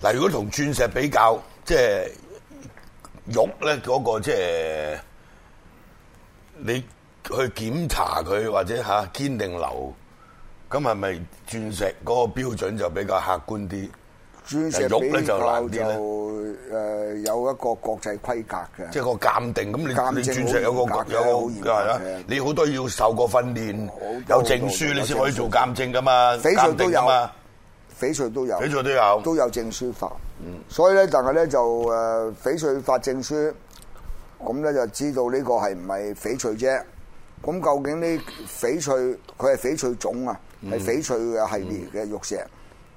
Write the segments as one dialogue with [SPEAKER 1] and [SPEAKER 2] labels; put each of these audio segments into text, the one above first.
[SPEAKER 1] 嗱，如果同鑽石比較，即係玉咧嗰個即係你去檢查佢或者嚇堅定流，咁係咪鑽石嗰個標準就比較客觀啲？
[SPEAKER 2] 鑽石
[SPEAKER 1] 肉呢
[SPEAKER 2] 比
[SPEAKER 1] 就難
[SPEAKER 2] 較
[SPEAKER 1] 啲
[SPEAKER 2] 就
[SPEAKER 1] 呢
[SPEAKER 2] 誒有一個國際規格嘅，
[SPEAKER 1] 即係個鑑定咁，
[SPEAKER 2] 鑑
[SPEAKER 1] 你你
[SPEAKER 2] 證
[SPEAKER 1] 鑽石有個
[SPEAKER 2] 好嚴格嘅
[SPEAKER 1] 有個
[SPEAKER 2] 好嚴格
[SPEAKER 1] 係啦
[SPEAKER 2] 嘅，
[SPEAKER 1] 你好多要受過訓練
[SPEAKER 2] 好多，
[SPEAKER 1] 有證書你先可以做鑑證噶嘛，
[SPEAKER 2] 翡翠
[SPEAKER 1] 鑑
[SPEAKER 2] 都
[SPEAKER 1] 定
[SPEAKER 2] 有
[SPEAKER 1] 噶嘛，
[SPEAKER 2] 翡翠都有，
[SPEAKER 1] 翡翠都有。
[SPEAKER 2] 都有證書法。所以咧，但係咧就誒、呃翡翠發證書，咁咧就知道呢個係唔係翡翠啫。咁究竟呢翡翠佢係翡翠種啊，係翡翠嘅系列嘅玉石，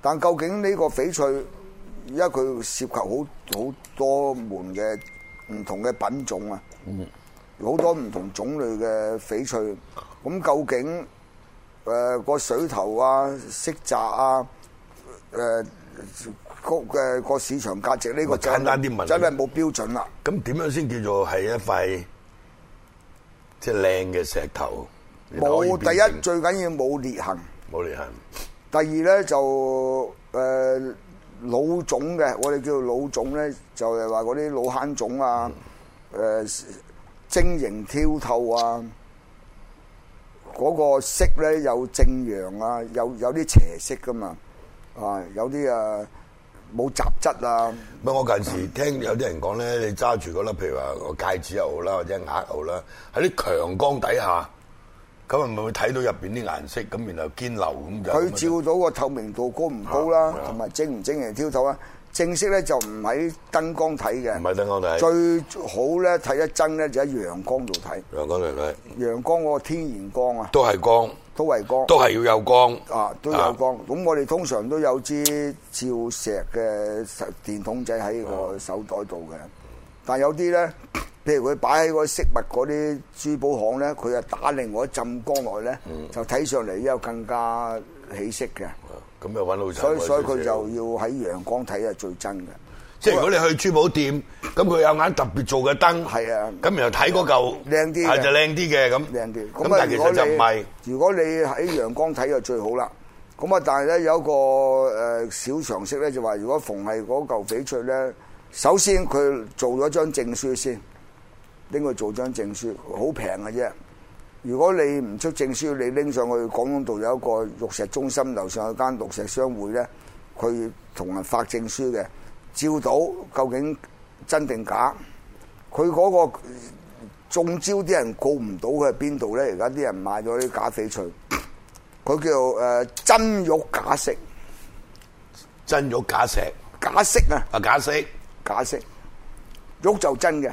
[SPEAKER 2] 但究竟呢個翡翠，因為佢涉及好好多門嘅唔同嘅品種啊，好多唔同種類嘅翡翠，咁究竟誒個、水頭啊、色澤啊、誒、個嘅個市場價值呢個真
[SPEAKER 1] 簡單啲問
[SPEAKER 2] 真係冇標準啦。
[SPEAKER 1] 咁點樣先叫做係一塊即係靚嘅石頭？
[SPEAKER 2] 冇第一
[SPEAKER 1] 最
[SPEAKER 2] 最緊要冇裂痕，
[SPEAKER 1] 冇裂痕，
[SPEAKER 2] 第二咧就誒、呃老種嘅，我哋叫老種咧，就係話嗰啲老坑種啊，誒、晶瑩剔透啊。嗰個色咧有正陽啊，有有啲邪色噶嘛，啊有啲啊冇雜質啊，
[SPEAKER 1] 唔係我近時聽有啲人講咧，你揸住嗰粒譬如話個戒指又好啦，或者鐲又好啦，喺啲強光底下，咁係咪會睇到入邊啲顏色？咁然後堅流咁就
[SPEAKER 2] 佢照到個透明度高唔高啦
[SPEAKER 1] 啊，
[SPEAKER 2] 同埋晶唔晶瑩剔透啦。啊正式咧就唔喺燈光睇嘅，
[SPEAKER 1] 唔係等我睇，
[SPEAKER 2] 最好咧睇得真咧就喺陽光度睇，
[SPEAKER 1] 兩講嚟睇
[SPEAKER 2] 陽光嗰個天然光啊，
[SPEAKER 1] 都係光，
[SPEAKER 2] 都係光
[SPEAKER 1] 都係要有光。
[SPEAKER 2] 啊，都有光。咁我哋通常都有支照石嘅手電筒仔喺
[SPEAKER 1] 啊
[SPEAKER 2] 個手袋度嘅，但有啲咧， 譬如佢擺喺個飾物嗰啲珠寶行咧，佢就打另外一浸光落去咧，
[SPEAKER 1] 嗯
[SPEAKER 2] 就睇上嚟有更加起色嘅。
[SPEAKER 1] 咁又揾老細
[SPEAKER 2] 所以
[SPEAKER 1] 喎
[SPEAKER 2] 所以佢
[SPEAKER 1] 少
[SPEAKER 2] 就
[SPEAKER 1] 少
[SPEAKER 2] 要喺陽光睇係最真嘅。
[SPEAKER 1] 即係如果你去珠寶店，咁佢有眼特別做嘅燈，
[SPEAKER 2] 係啊
[SPEAKER 1] 咁然後睇嗰嚿
[SPEAKER 2] 靚啲嘅
[SPEAKER 1] 係就靚啲嘅咁，
[SPEAKER 2] 靚啲。
[SPEAKER 1] 咁
[SPEAKER 2] 啊
[SPEAKER 1] 但係其實就唔係，
[SPEAKER 2] 如果你喺陽光睇就最好啦。咁啊，但係咧有一個誒、呃小常識咧，就話如果逢係嗰嚿翡翠咧，首先佢做咗張證書先，拎佢做張證書，好平嘅啫。如果你唔出證書，你拎上去廣東道有一個玉石中心樓上有間玉石商會咧，佢同人發證書嘅，照到究竟真定假，佢嗰、個。中招啲人告唔到佢係邊度咧？而家啲人買咗啲假翡翠， 佢叫誒、呃真玉假色，
[SPEAKER 1] 真玉假石
[SPEAKER 2] 假色啊，
[SPEAKER 1] 啊假色，
[SPEAKER 2] 假色，玉就真嘅，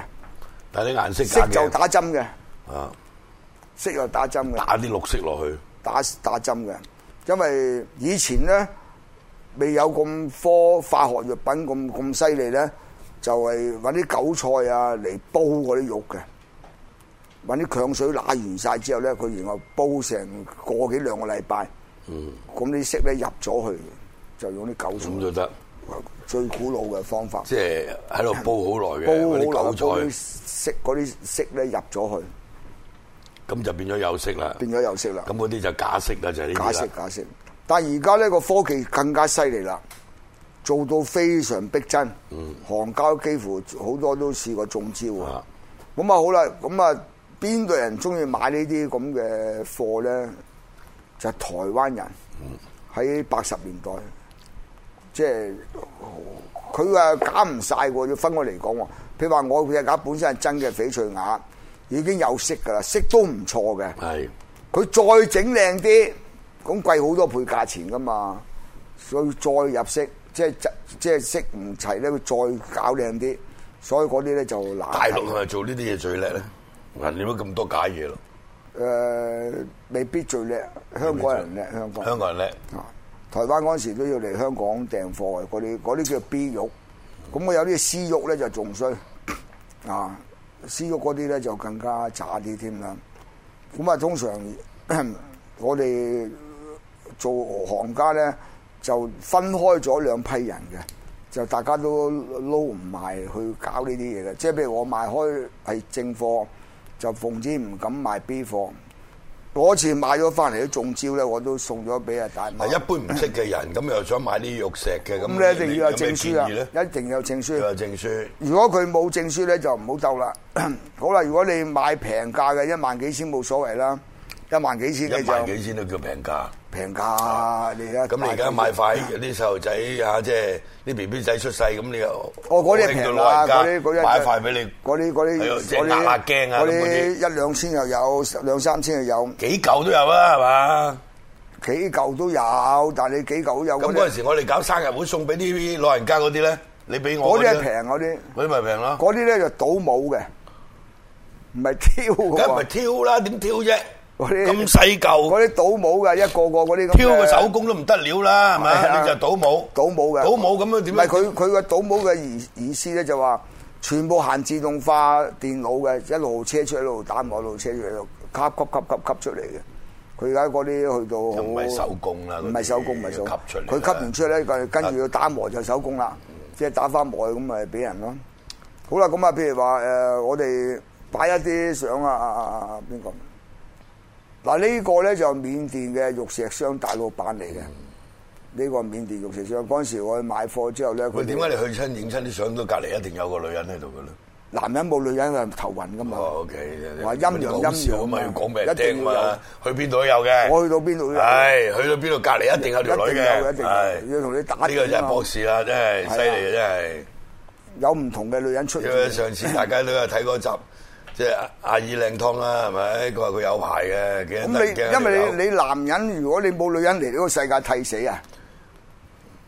[SPEAKER 1] 但係啲顏色
[SPEAKER 2] 色
[SPEAKER 1] 假
[SPEAKER 2] 就
[SPEAKER 1] 嘅，
[SPEAKER 2] 打針嘅，
[SPEAKER 1] 啊
[SPEAKER 2] 色又打針嘅，
[SPEAKER 1] 打啲綠色落去，
[SPEAKER 2] 打打針嘅，因為以前咧未有咁科化學藥品咁咁犀利咧，就係揾啲韭菜啊嚟煲嗰啲肉嘅，揾啲強水揦完晒之後咧，佢然後煲成個幾兩個禮拜，咁啲色咧入咗去，就用啲韭
[SPEAKER 1] 咁
[SPEAKER 2] 菜
[SPEAKER 1] 就得，
[SPEAKER 2] 最古老嘅方法，
[SPEAKER 1] 即係喺度煲好耐
[SPEAKER 2] 煲
[SPEAKER 1] 嘅嗰
[SPEAKER 2] 好
[SPEAKER 1] 啲
[SPEAKER 2] 耐，煲
[SPEAKER 1] 韭
[SPEAKER 2] 啲
[SPEAKER 1] 菜，
[SPEAKER 2] 色嗰啲色咧入咗去，
[SPEAKER 1] 咁就變咗有色啦。
[SPEAKER 2] 變咗有色啦。
[SPEAKER 1] 咁嗰啲就假色啦，就係呢
[SPEAKER 2] 假
[SPEAKER 1] 啲
[SPEAKER 2] 釋
[SPEAKER 1] 啦。
[SPEAKER 2] 假釋。但係而家呢個科技更加犀利啦，做到非常逼真。行家幾乎好多都試過中招啊
[SPEAKER 1] 啊。
[SPEAKER 2] 咁啊好啦，咁啊邊個人中意買呢啲咁嘅貨咧？就係台灣人喺八十年代，即係佢話假唔晒喎，要分開嚟講喎。譬如話我隻假本身係真嘅翡翠鴨，已經有色㗎啦，色都唔錯嘅。
[SPEAKER 1] 係
[SPEAKER 2] 佢再整靚啲，咁貴好多倍價錢噶嘛，所以再入色，即係即係色唔齊咧，佢再搞靚啲，所以嗰啲咧就難睇。
[SPEAKER 1] 大陸係咪做呢啲嘢最叻咧？嗱，點解咁多假嘢咯？
[SPEAKER 2] 誒、未必最叻，香港人叻，香港人
[SPEAKER 1] 香港人叻，
[SPEAKER 2] 啊台灣嗰陣時都要嚟香港訂貨嘅，嗰啲嗰啲叫 B 玉，咁我有啲 C 玉咧就仲衰啊，C 玉嗰啲咧就更加渣啲添啦。咁啊，通常 我哋做行家咧就分開咗兩批人嘅，就大家都撈唔埋去搞呢啲嘢嘅。即係譬如我賣開係正貨，就奉旨唔敢賣 B 貨。嗰次買咗翻嚟啲中招咧，我都送咗俾阿大
[SPEAKER 1] 嗱，
[SPEAKER 2] 馬。
[SPEAKER 1] 一般唔識嘅人咁又想買啲玉石嘅，咁
[SPEAKER 2] 咁你一定要有
[SPEAKER 1] 咩
[SPEAKER 2] 證書
[SPEAKER 1] 建議
[SPEAKER 2] 啊
[SPEAKER 1] 咧，
[SPEAKER 2] 一定要有證
[SPEAKER 1] 要
[SPEAKER 2] 書。
[SPEAKER 1] 有證書，
[SPEAKER 2] 如果佢冇證書咧，就唔好鬥啦。 好啦，如果你買平價嘅一萬幾千冇所謂啦，一萬幾千嘅
[SPEAKER 1] 一萬
[SPEAKER 2] 就
[SPEAKER 1] 幾千都叫平價。
[SPEAKER 2] 平價。你而家
[SPEAKER 1] 咁你而家買塊啲細路仔啊，即係啲 B B 仔出世咁，你又
[SPEAKER 2] 哦，嗰
[SPEAKER 1] 拎
[SPEAKER 2] 啲
[SPEAKER 1] 到
[SPEAKER 2] 平
[SPEAKER 1] 老
[SPEAKER 2] 啦，
[SPEAKER 1] 人家
[SPEAKER 2] 嗰啲嗰啲
[SPEAKER 1] 買塊俾你，
[SPEAKER 2] 嗰啲嗰啲
[SPEAKER 1] 係啊即係
[SPEAKER 2] 嗰啲
[SPEAKER 1] 壓壓驚啊
[SPEAKER 2] 嗰
[SPEAKER 1] 咁嗰啲
[SPEAKER 2] 啲一兩千又有，十兩三千又有，
[SPEAKER 1] 幾嚿都有啊，係嘛？
[SPEAKER 2] 幾嚿都有，但係你幾嚿都
[SPEAKER 1] 咁
[SPEAKER 2] 有嗰
[SPEAKER 1] 嗰陣
[SPEAKER 2] 啲，
[SPEAKER 1] 時我哋搞生日會送俾啲老人家嗰啲咧，你俾我
[SPEAKER 2] 嗰啲係
[SPEAKER 1] 咧
[SPEAKER 2] 平，嗰啲，
[SPEAKER 1] 嗰啲咪平咯。
[SPEAKER 2] 嗰啲咧就倒模嘅，唔係挑嘅
[SPEAKER 1] 梗係咪
[SPEAKER 2] 喎，
[SPEAKER 1] 挑啦？點挑啫？
[SPEAKER 2] 嗰啲
[SPEAKER 1] 咁細嚿，
[SPEAKER 2] 嗰啲倒模嘅一個個嗰啲咁嘅
[SPEAKER 1] 挑個手工都唔得了啦，係
[SPEAKER 2] 係啊
[SPEAKER 1] 咪？你就倒模，
[SPEAKER 2] 倒模嘅，
[SPEAKER 1] 倒模咁樣點
[SPEAKER 2] 唔
[SPEAKER 1] 樣
[SPEAKER 2] 係佢佢個倒模嘅意意思咧就話，全部限自動化電腦嘅，一路車出一路打磨，一路車出一路吸吸吸吸吸出嚟嘅。佢而家嗰啲去到好
[SPEAKER 1] 唔係手工啦嗰啲
[SPEAKER 2] 唔係手工，唔係手工
[SPEAKER 1] 吸出嚟啊
[SPEAKER 2] 佢吸完出咧，佢跟住要打磨就手工啦，即係打翻磨咁咪俾人咯。好啦，咁啊，譬如話誒、呃我哋擺一啲相啊啊啊啊邊個？嗱呢個咧就緬甸嘅玉石商大老闆嚟嘅，呢個緬甸玉石商嗰陣時我去買貨之後咧，
[SPEAKER 1] 喂，
[SPEAKER 2] 佢
[SPEAKER 1] 點
[SPEAKER 2] 哋
[SPEAKER 1] 解你去親影親啲相都隔離一定有個女人喺度嘅咧？
[SPEAKER 2] 男人冇女人係頭暈噶嘛？
[SPEAKER 1] 哦，OK，
[SPEAKER 2] 話陰陽
[SPEAKER 1] 好笑啊嘛，
[SPEAKER 2] 陰陽啊
[SPEAKER 1] 要講俾人聽
[SPEAKER 2] 一定
[SPEAKER 1] 嘛
[SPEAKER 2] 要有，
[SPEAKER 1] 去邊度都有嘅。
[SPEAKER 2] 我去到邊度都有
[SPEAKER 1] 係去到邊度隔離一定有條女
[SPEAKER 2] 一定有
[SPEAKER 1] 嘅，
[SPEAKER 2] 一定有
[SPEAKER 1] 係
[SPEAKER 2] 要同你打
[SPEAKER 1] 呢個真係博士啦，真係
[SPEAKER 2] 係啊
[SPEAKER 1] 犀利啊，真係。
[SPEAKER 2] 有唔同嘅女人出現
[SPEAKER 1] 因為上次大家都有睇嗰集，即係阿二靚湯啦，係咪？佢話佢有牌嘅，幾
[SPEAKER 2] 咁
[SPEAKER 1] 得人
[SPEAKER 2] 你
[SPEAKER 1] 驚
[SPEAKER 2] 因為
[SPEAKER 1] 你
[SPEAKER 2] 你你男人如果你冇女人嚟呢個世界替死啊！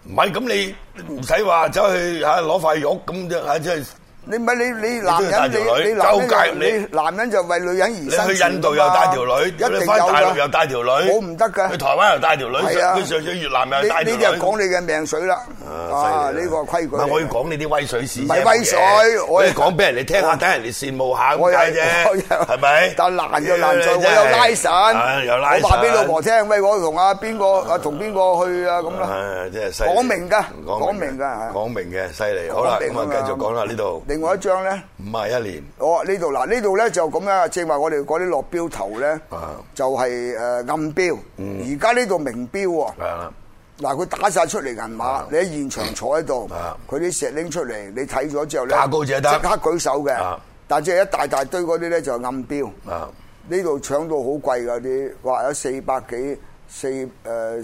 [SPEAKER 1] 唔係咁，你唔使話走去嚇攞塊玉咁啫，嚇即係
[SPEAKER 2] 你唔係你你男
[SPEAKER 1] 帶
[SPEAKER 2] 人
[SPEAKER 1] 條
[SPEAKER 2] 你
[SPEAKER 1] 女
[SPEAKER 2] 你男人
[SPEAKER 1] 周街
[SPEAKER 2] 就你男人就為女人而
[SPEAKER 1] 你
[SPEAKER 2] 生
[SPEAKER 1] 去印度
[SPEAKER 2] 存
[SPEAKER 1] 又
[SPEAKER 2] 㗎嘛
[SPEAKER 1] 帶條女，
[SPEAKER 2] 一
[SPEAKER 1] 你
[SPEAKER 2] 定
[SPEAKER 1] 翻大陸
[SPEAKER 2] 有
[SPEAKER 1] 又
[SPEAKER 2] 㗎
[SPEAKER 1] 帶條女，
[SPEAKER 2] 我唔得㗎
[SPEAKER 1] 去台灣又帶條女，
[SPEAKER 2] 係啊
[SPEAKER 1] 佢上咗越南又帶條
[SPEAKER 2] 呢呢
[SPEAKER 1] 女。
[SPEAKER 2] 啲就講你嘅命水啦，啊
[SPEAKER 1] 犀利
[SPEAKER 2] 呢個規矩
[SPEAKER 1] 唔
[SPEAKER 2] 嚟
[SPEAKER 1] 係
[SPEAKER 2] 嘅。
[SPEAKER 1] 我要講你啲威水史啫，
[SPEAKER 2] 唔係威水我
[SPEAKER 1] 我
[SPEAKER 2] 係
[SPEAKER 1] 係講俾人哋聽下，等人哋羨慕下
[SPEAKER 2] 我
[SPEAKER 1] 咁
[SPEAKER 2] 又
[SPEAKER 1] 解
[SPEAKER 2] 我又
[SPEAKER 1] 啫，係咪？
[SPEAKER 2] 但難就難在
[SPEAKER 1] 真
[SPEAKER 2] 我
[SPEAKER 1] 係
[SPEAKER 2] 有拉神
[SPEAKER 1] 啊，有拉神。
[SPEAKER 2] 我話俾老婆聽，喂，我同阿邊個啊同邊個去啊咁啦。
[SPEAKER 1] 唉，真係犀利
[SPEAKER 2] 講明㗎
[SPEAKER 1] 講
[SPEAKER 2] 講
[SPEAKER 1] 明
[SPEAKER 2] 明㗎啊
[SPEAKER 1] 講明嘅，犀利。好啦，
[SPEAKER 2] 講明
[SPEAKER 1] 咁啊
[SPEAKER 2] 㗎，嘛
[SPEAKER 1] 繼續講啦，呢度
[SPEAKER 2] 另外一張咧，
[SPEAKER 1] 五啊一年，
[SPEAKER 2] 我哦呢度嗱呢度咧就咁啦，正話我哋嗰啲落標頭咧
[SPEAKER 1] 啊，嗯
[SPEAKER 2] 就係誒呃暗標，而家呢度明標喎。
[SPEAKER 1] 係啦，
[SPEAKER 2] 嗱，佢打晒出嚟銀碼，你喺現場坐喺度
[SPEAKER 1] 啊，
[SPEAKER 2] 佢啲石拎出嚟，你睇咗之後咧，
[SPEAKER 1] 價高者得
[SPEAKER 2] 即刻舉手嘅
[SPEAKER 1] 啊。
[SPEAKER 2] 但即係一大大堆嗰啲咧就暗標，
[SPEAKER 1] 啊，
[SPEAKER 2] 呢度搶到好貴㗎啲，話有四百幾四誒、呃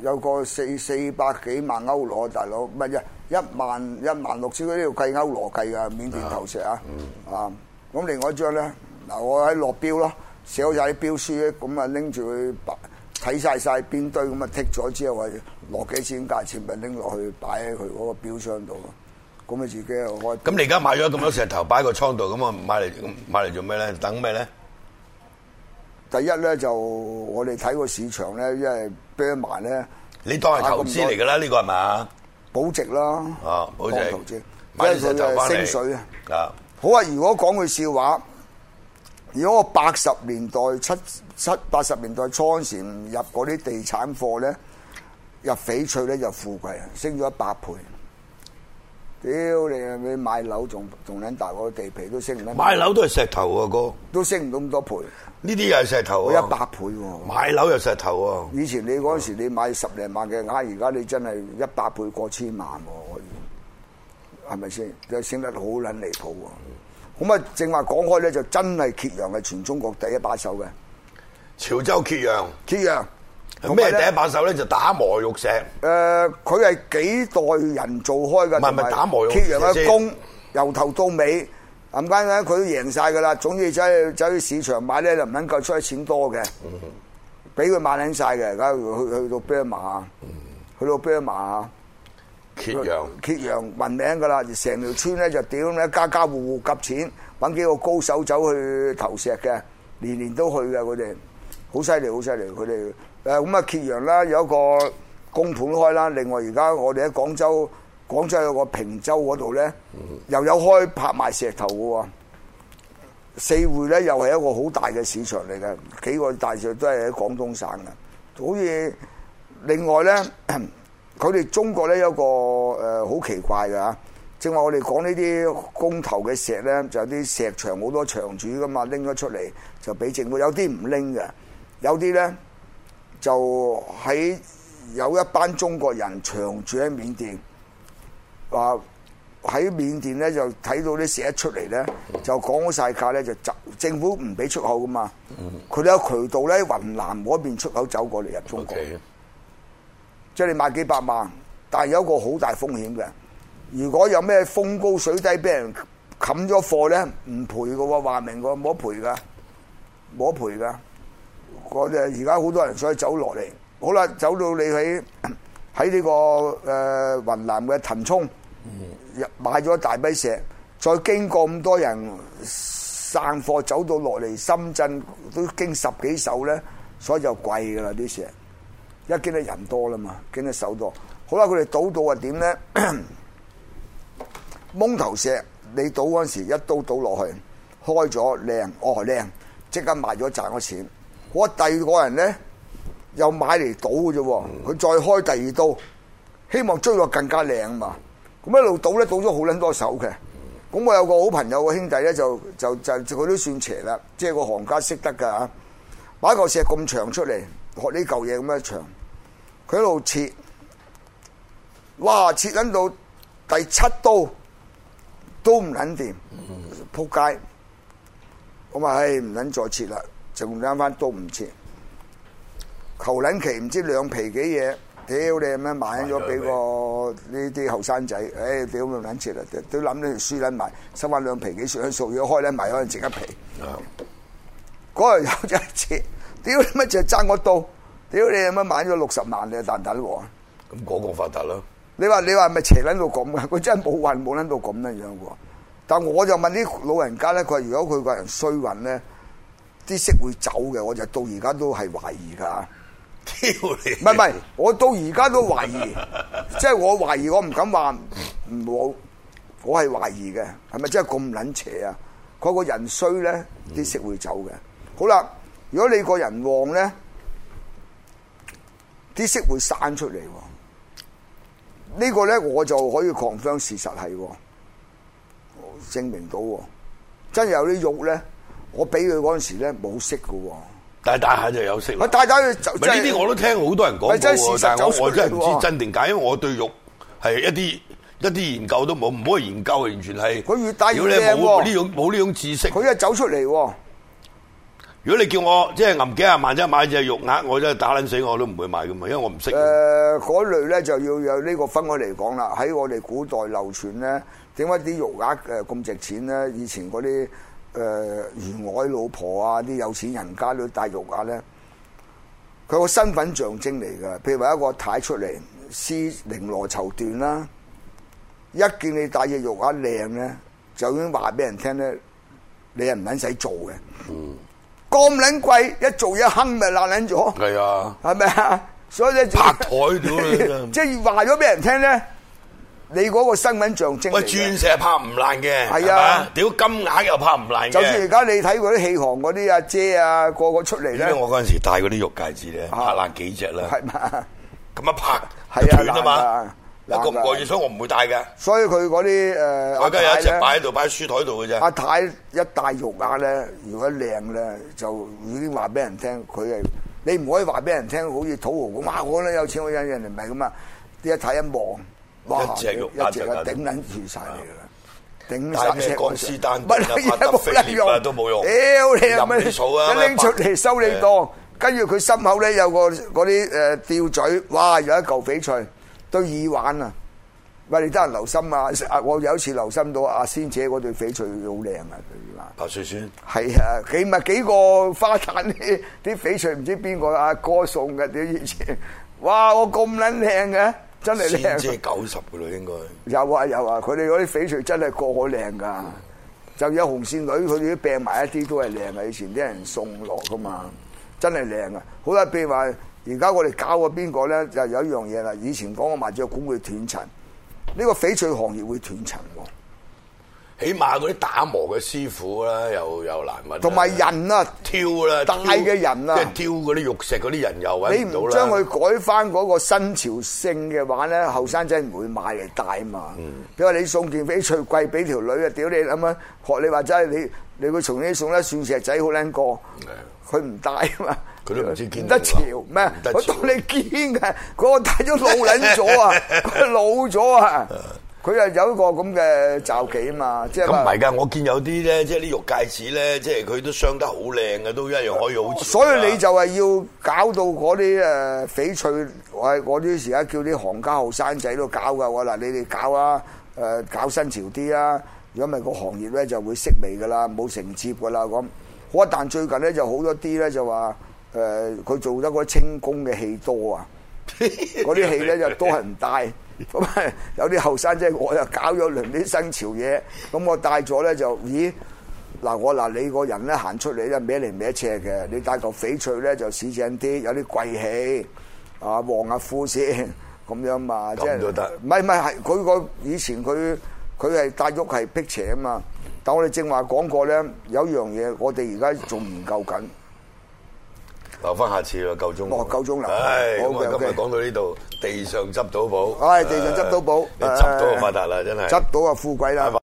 [SPEAKER 2] 有個四四百幾萬歐羅，大佬唔係一一萬一萬六千，呢度計歐羅計㗎，緬甸投石啊，啊咁另外一張咧，嗱我喺落標咯，寫好晒啲標書咧，咁啊拎住去擺睇晒晒邊堆，咁啊剔咗之後，話落幾錢價錢咪拎落去擺喺佢嗰個標箱度咯，咁你自己又開。
[SPEAKER 1] 咁你而家買咗咁多石頭擺喺個倉度，咁啊買嚟買嚟做咩咧？等咩咧？
[SPEAKER 2] 第一咧就我哋睇個市場咧，因為啤埋咧
[SPEAKER 1] 你當係投資嚟㗎啦，呢個係咪啊？
[SPEAKER 2] 保值啦，
[SPEAKER 1] 啊，保
[SPEAKER 2] 當
[SPEAKER 1] 值
[SPEAKER 2] 投資，
[SPEAKER 1] 買啲石
[SPEAKER 2] 因為
[SPEAKER 1] 頭翻
[SPEAKER 2] 佢
[SPEAKER 1] 嚟
[SPEAKER 2] 係升水啊。
[SPEAKER 1] 啊！
[SPEAKER 2] 好啊，如果講句笑話，如果我八十年代七七八十年代初嗰時唔入嗰啲地產貨咧，入翡翠咧就富貴啊，升咗一百倍。屌你！你買樓仲仲撚大鑊，地皮都升唔撚，
[SPEAKER 1] 買樓都係石頭喎，哥，
[SPEAKER 2] 都升唔到咁多倍，
[SPEAKER 1] 呢啲又係石頭喎。
[SPEAKER 2] 我一百倍喎。
[SPEAKER 1] 買樓又石頭
[SPEAKER 2] 以前你嗰陣時你買十零萬嘅額，而家你真係一百倍過千萬喎，可以係咪先？就升得好撚離譜喎。咁啊，正話講開咧，就真係揭陽係全中國第一把手嘅
[SPEAKER 1] 喎，潮州揭陽
[SPEAKER 2] 揭陽。
[SPEAKER 1] 咩
[SPEAKER 2] 同埋
[SPEAKER 1] 第一
[SPEAKER 2] 呢？
[SPEAKER 1] 把手咧就打磨玉石，
[SPEAKER 2] 誒，佢係幾代人做開嘅，
[SPEAKER 1] 唔係唔係
[SPEAKER 2] 同埋
[SPEAKER 1] 打磨用
[SPEAKER 2] 揭陽
[SPEAKER 1] 先
[SPEAKER 2] 嘅工由頭到尾咁簡單，佢都贏晒㗎啦。總之走去走去市場買咧，就唔能夠出得錢多嘅，
[SPEAKER 1] 嗯
[SPEAKER 2] 俾佢買撚晒嘅。而家去去到啤馬，
[SPEAKER 1] 嗯
[SPEAKER 2] 去到啤馬。
[SPEAKER 1] 揭陽
[SPEAKER 2] 揭陽雲名噶啦，成條村咧就屌咧，家家户戶夾錢揾幾個高手走去投石嘅，年年都去嘅佢哋，好犀利好犀利佢哋。誒咁啊揭陽啦，有一個公盤開啦，另外而家我哋喺廣州，廣州有個平洲嗰度咧，又有開拍賣石頭嘅喎。四會咧又係一個好大嘅市場嚟嘅，幾個大市都係喺廣東省嘅。好似 呃另外咧，佢哋中國咧有個誒好、奇怪嘅嚇，啊正話我哋講呢啲公投嘅石咧，就有啲石場好多場主噶嘛，拎咗出嚟就俾政府，有啲唔拎嘅，有啲咧就喺有一班中國人長住喺緬甸，話喺緬甸咧就睇到啲石一出嚟咧，就講好晒價咧就走，政府唔俾出口噶嘛，佢哋有渠道咧，雲南嗰邊出口走過嚟入中國。
[SPEAKER 1] OK，
[SPEAKER 2] 即係你買幾百萬，但係有一個好大風險嘅。如果有咩風高水低，俾人冚咗貨咧，唔賠嘅喎，話明我冇得賠噶，冇得賠噶。我哋而家好多人所以走落嚟，好啦，走到你喺 喺呢個誒、呃、雲南嘅騰衝，入買咗一大批石，再經過咁多人散貨走到落嚟深圳，都經十幾手咧，所以就貴噶啦啲石。一見到人多啦嘛，見到手多。好啦，佢哋賭到啊點咧？ 蒙頭石，你賭嗰陣時一刀倒落去，開咗靚，哦靚，即刻賣咗賺咗錢。好啊，第二個人咧又買嚟賭嘅啫喎，佢再開第二刀，希望追落更加靚嘛。咁一路賭咧，賭咗好撚多手嘅。咁我有個好朋友個兄弟咧，就就就就佢都算邪啦，即係個行家識得㗎啊嚇。擺嚿石咁長出嚟，學呢嚿嘢咁樣長，佢喺度切，哇！切撚到第七刀都唔撚掂，撲街！咁啊，唉，唔撚再切啦，就啱翻刀唔切，求撚期唔知兩皮幾嘢，屌你咁樣買咗俾個呢啲後生仔，唉，屌你撚切啦，都諗到條輸撚埋，收翻兩皮幾水數，要開撚埋可能剩一皮。
[SPEAKER 1] 啊
[SPEAKER 2] 嗰日有一次， 屌你乜就爭我到，屌你乜買咗六十萬你就蛋蛋喎！
[SPEAKER 1] 咁嗰個發達啦，
[SPEAKER 2] 你話你話係咪邪撚到咁嘅？佢真係冇運冇撚到咁樣樣喎。但我就問啲老人家咧，佢話如果佢個人衰運咧，啲息會走嘅，我就到而家都係懷疑㗎。
[SPEAKER 1] 屌你！
[SPEAKER 2] 唔係唔係，我到而家都懷疑， 即係我懷疑，我唔敢話唔冇，我係懷疑嘅，係咪真係咁撚邪啊？佢個人衰咧，啲食會走嘅。好啦，如果你個人旺咧，啲色會散出嚟喎。呢、個咧我就可以 confirm 事實係喎，證明到喎，真係有啲肉咧，我俾佢嗰陣時咧冇色嘅喎。啊
[SPEAKER 1] 但係大下就有息啦
[SPEAKER 2] 我。帶帶佢就
[SPEAKER 1] 唔係呢啲我都聽好多人講過
[SPEAKER 2] 係真係事
[SPEAKER 1] 喎
[SPEAKER 2] 實，
[SPEAKER 1] 但係
[SPEAKER 2] 走出
[SPEAKER 1] 我我真係
[SPEAKER 2] 嚟
[SPEAKER 1] 唔
[SPEAKER 2] 喎
[SPEAKER 1] 知真定假，因為我對肉係一啲一啲研究都冇，唔可以研究，完全係
[SPEAKER 2] 佢越大越
[SPEAKER 1] 如果你
[SPEAKER 2] 靚喎
[SPEAKER 1] 冇呢種冇呢種知識。
[SPEAKER 2] 佢又走出嚟喎。
[SPEAKER 1] 如果你叫我即係揞幾廿萬即係買只肉鴨，我真係打撚死我都唔會買噶嘛，因為我唔識。
[SPEAKER 2] 誒嗰類咧就要有呢個分開嚟講啦。喺我哋古代流傳咧，點解啲肉鴨誒咁值錢咧？以前嗰啲誒員外老婆啊，啲有錢人家都帶肉鴨咧，佢個身份象徵嚟嘅。譬如話一個太出嚟，施綾羅綢緞啦，一見你帶只肉鴨靚咧，就已經話俾人聽咧，你係唔撚使做嘅。咁撚貴，一做一坑咪爛撚咗。
[SPEAKER 1] 係啊，
[SPEAKER 2] 係咪啊？所以咧，
[SPEAKER 1] 拍台屌你真係
[SPEAKER 2] 即係話咗俾人聽咧，你嗰個身份象徵嚟
[SPEAKER 1] 喂，
[SPEAKER 2] 嘅
[SPEAKER 1] 鑽石拍唔爛嘅，
[SPEAKER 2] 係啊
[SPEAKER 1] 係嘛屌金額又拍唔爛
[SPEAKER 2] 就算而
[SPEAKER 1] 嘅。
[SPEAKER 2] 家你睇嗰啲戲行嗰啲阿姐啊，個個出嚟
[SPEAKER 1] 因為
[SPEAKER 2] 咧，
[SPEAKER 1] 我嗰陣時戴嗰啲肉戒指咧，拍
[SPEAKER 2] 啊
[SPEAKER 1] 爛幾隻啦，
[SPEAKER 2] 係嘛？
[SPEAKER 1] 咁一拍
[SPEAKER 2] 係
[SPEAKER 1] 就
[SPEAKER 2] 啊，
[SPEAKER 1] 斷啊嘛，一
[SPEAKER 2] 難
[SPEAKER 1] 個
[SPEAKER 2] 㗎
[SPEAKER 1] 唔過癮，所以我唔會戴嘅。
[SPEAKER 2] 所以佢嗰啲誒，
[SPEAKER 1] 我而家有一隻
[SPEAKER 2] 阿太呢
[SPEAKER 1] 擺喺度，擺喺書台度嘅啫。
[SPEAKER 2] 阿太一戴玉鈪咧，如果靚咧，就已經話俾人聽，佢係你唔可以話俾人聽，好似土豪咁，哇！我咧有錢，我有人哋唔係咁啊！一睇一望，哇！
[SPEAKER 1] 一隻玉
[SPEAKER 2] 一
[SPEAKER 1] 鈪
[SPEAKER 2] 隻
[SPEAKER 1] 就
[SPEAKER 2] 啊
[SPEAKER 1] 搞掂
[SPEAKER 2] 頂撚住晒你噶啦，頂
[SPEAKER 1] 戴
[SPEAKER 2] 曬
[SPEAKER 1] 咩
[SPEAKER 2] 隻
[SPEAKER 1] 江詩丹頓啊
[SPEAKER 2] 乜
[SPEAKER 1] 法德菲
[SPEAKER 2] 撚
[SPEAKER 1] 利啊都冇用
[SPEAKER 2] 屌你啊！
[SPEAKER 1] 任你數啊
[SPEAKER 2] 一拎出嚟收你檔，跟住佢心口咧有個嗰啲誒吊嘴，哇！有一嚿翡翠對耳環啊！喂，你得人留心啊！啊我有一次留心到阿仙姐嗰對翡翠好靚啊，佢話
[SPEAKER 1] 白水酸，
[SPEAKER 2] 係啊，幾咪幾個花旦啲啲翡翠唔知邊個阿哥送嘅，屌以前，哇！我咁撚靚嘅，真係
[SPEAKER 1] 先
[SPEAKER 2] 靚
[SPEAKER 1] 姐。九十噶啦，應該。
[SPEAKER 2] 有啊有啊，佢哋嗰啲翡翠真係個個靚噶，就有紅線女佢哋都病埋一啲都係靚啊！以前啲人送落噶嘛，真係靚啊！好啦，譬如話而家我哋搞過邊個咧，就有一樣嘢啦。以前講個麻雀館會斷層，呢、個翡翠行業會斷層喎。
[SPEAKER 1] 起碼嗰啲打磨嘅師傅啦，又又難揾啦。
[SPEAKER 2] 同埋人啊，
[SPEAKER 1] 挑啦，
[SPEAKER 2] 大嘅人
[SPEAKER 1] 挑
[SPEAKER 2] 啊
[SPEAKER 1] 即係挑嗰啲玉石嗰啲人又
[SPEAKER 2] 你
[SPEAKER 1] 揾唔到
[SPEAKER 2] 唔
[SPEAKER 1] 啦。
[SPEAKER 2] 將佢改翻嗰個新潮性嘅話咧，後生仔唔會買嚟戴嘛。
[SPEAKER 1] 嗯
[SPEAKER 2] 你話你送件翡翠貴俾條女啊，屌你諗下，學你話齋，你你會從呢送粒鑽石仔好撚過，佢唔戴啊嘛。
[SPEAKER 1] 佢都唔知堅定
[SPEAKER 2] 唔得潮
[SPEAKER 1] 流
[SPEAKER 2] 咩
[SPEAKER 1] 唔得？潮
[SPEAKER 2] 我當你堅嘅，嗰個戴咗老撚咗啊，佢老咗 啊，佢又有一個咁嘅罩忌啊嘛，即係
[SPEAKER 1] 咁唔
[SPEAKER 2] 話
[SPEAKER 1] 係㗎，我見有啲咧，即係啲玉戒指咧，即係佢都鑲得好靚嘅，都一樣可以好潮㗎。
[SPEAKER 2] 哦
[SPEAKER 1] 啊
[SPEAKER 2] 所以你就係要搞到嗰啲誒翡翠，我係我啲而家叫啲行家後生仔都搞噶，我嗱你哋搞啊，誒、搞新潮啲啊，如果唔係個行業咧就會式微噶啦，冇承接噶啦咁。好啊，但最近咧就好咗啲咧就話誒，佢、做得嗰啲清宮嘅戲多啊。嗰啲戲咧就都係唔帶。咁啊，有啲後生仔我又搞咗輪啲新潮嘢，咁我帶咗咧就，咦？嗱我嗱你個人咧行出嚟咧歪嚟歪斜嘅，你帶嚿翡翠咧就市正啲，有啲貴氣，啊旺下膚先咁樣嘛，即係
[SPEAKER 1] 咁都得
[SPEAKER 2] 唔係唔係係佢個以前佢佢係帶喐係辟邪啊嘛，但我哋正話講過咧，有一樣嘢我哋而家仲研究緊。
[SPEAKER 1] 留翻下次啦，夠鐘。
[SPEAKER 2] 哦夠鐘啦
[SPEAKER 1] 唉，咁
[SPEAKER 2] OK，OK
[SPEAKER 1] 啊，今日講到呢度，地上執到寶。
[SPEAKER 2] 唉地上執到寶
[SPEAKER 1] 你執到就
[SPEAKER 2] 誒
[SPEAKER 1] 發達啦，真係。
[SPEAKER 2] 執到啊富貴啦
[SPEAKER 1] 拜拜。